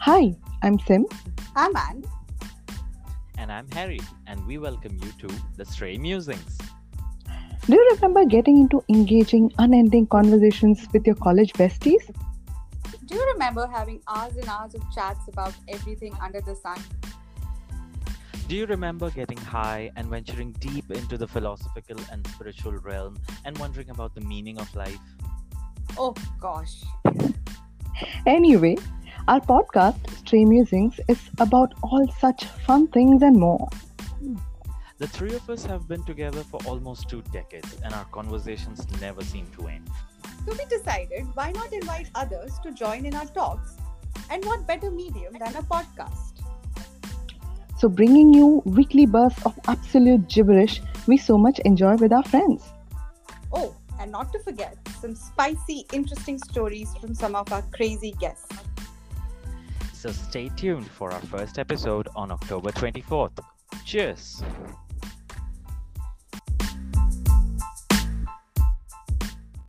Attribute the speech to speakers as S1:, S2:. S1: Hi, I'm Sim.
S2: I'm Anne.
S3: And I'm Harry, and we welcome you to the Stray Musings.
S1: Do you remember getting into engaging, unending conversations with your college besties?
S2: Do you remember having hours and hours of chats about everything under the sun?
S3: Do you remember getting high and venturing deep into the philosophical and spiritual realm and wondering about the meaning of life?
S2: Oh gosh.
S1: Anyway, our podcast, Stray Musings, is about all such fun things and more.
S3: The three of us have been together for almost two decades, and our conversations never seem to end.
S2: So we decided why not invite others to join in our talks? And what better medium than a podcast?
S1: So, bringing you weekly bursts of absolute gibberish we so much enjoy with our friends.
S2: Oh, and not to forget, some spicy, interesting stories from some of our crazy guests.
S3: So stay tuned for our first episode on October 24th. Cheers!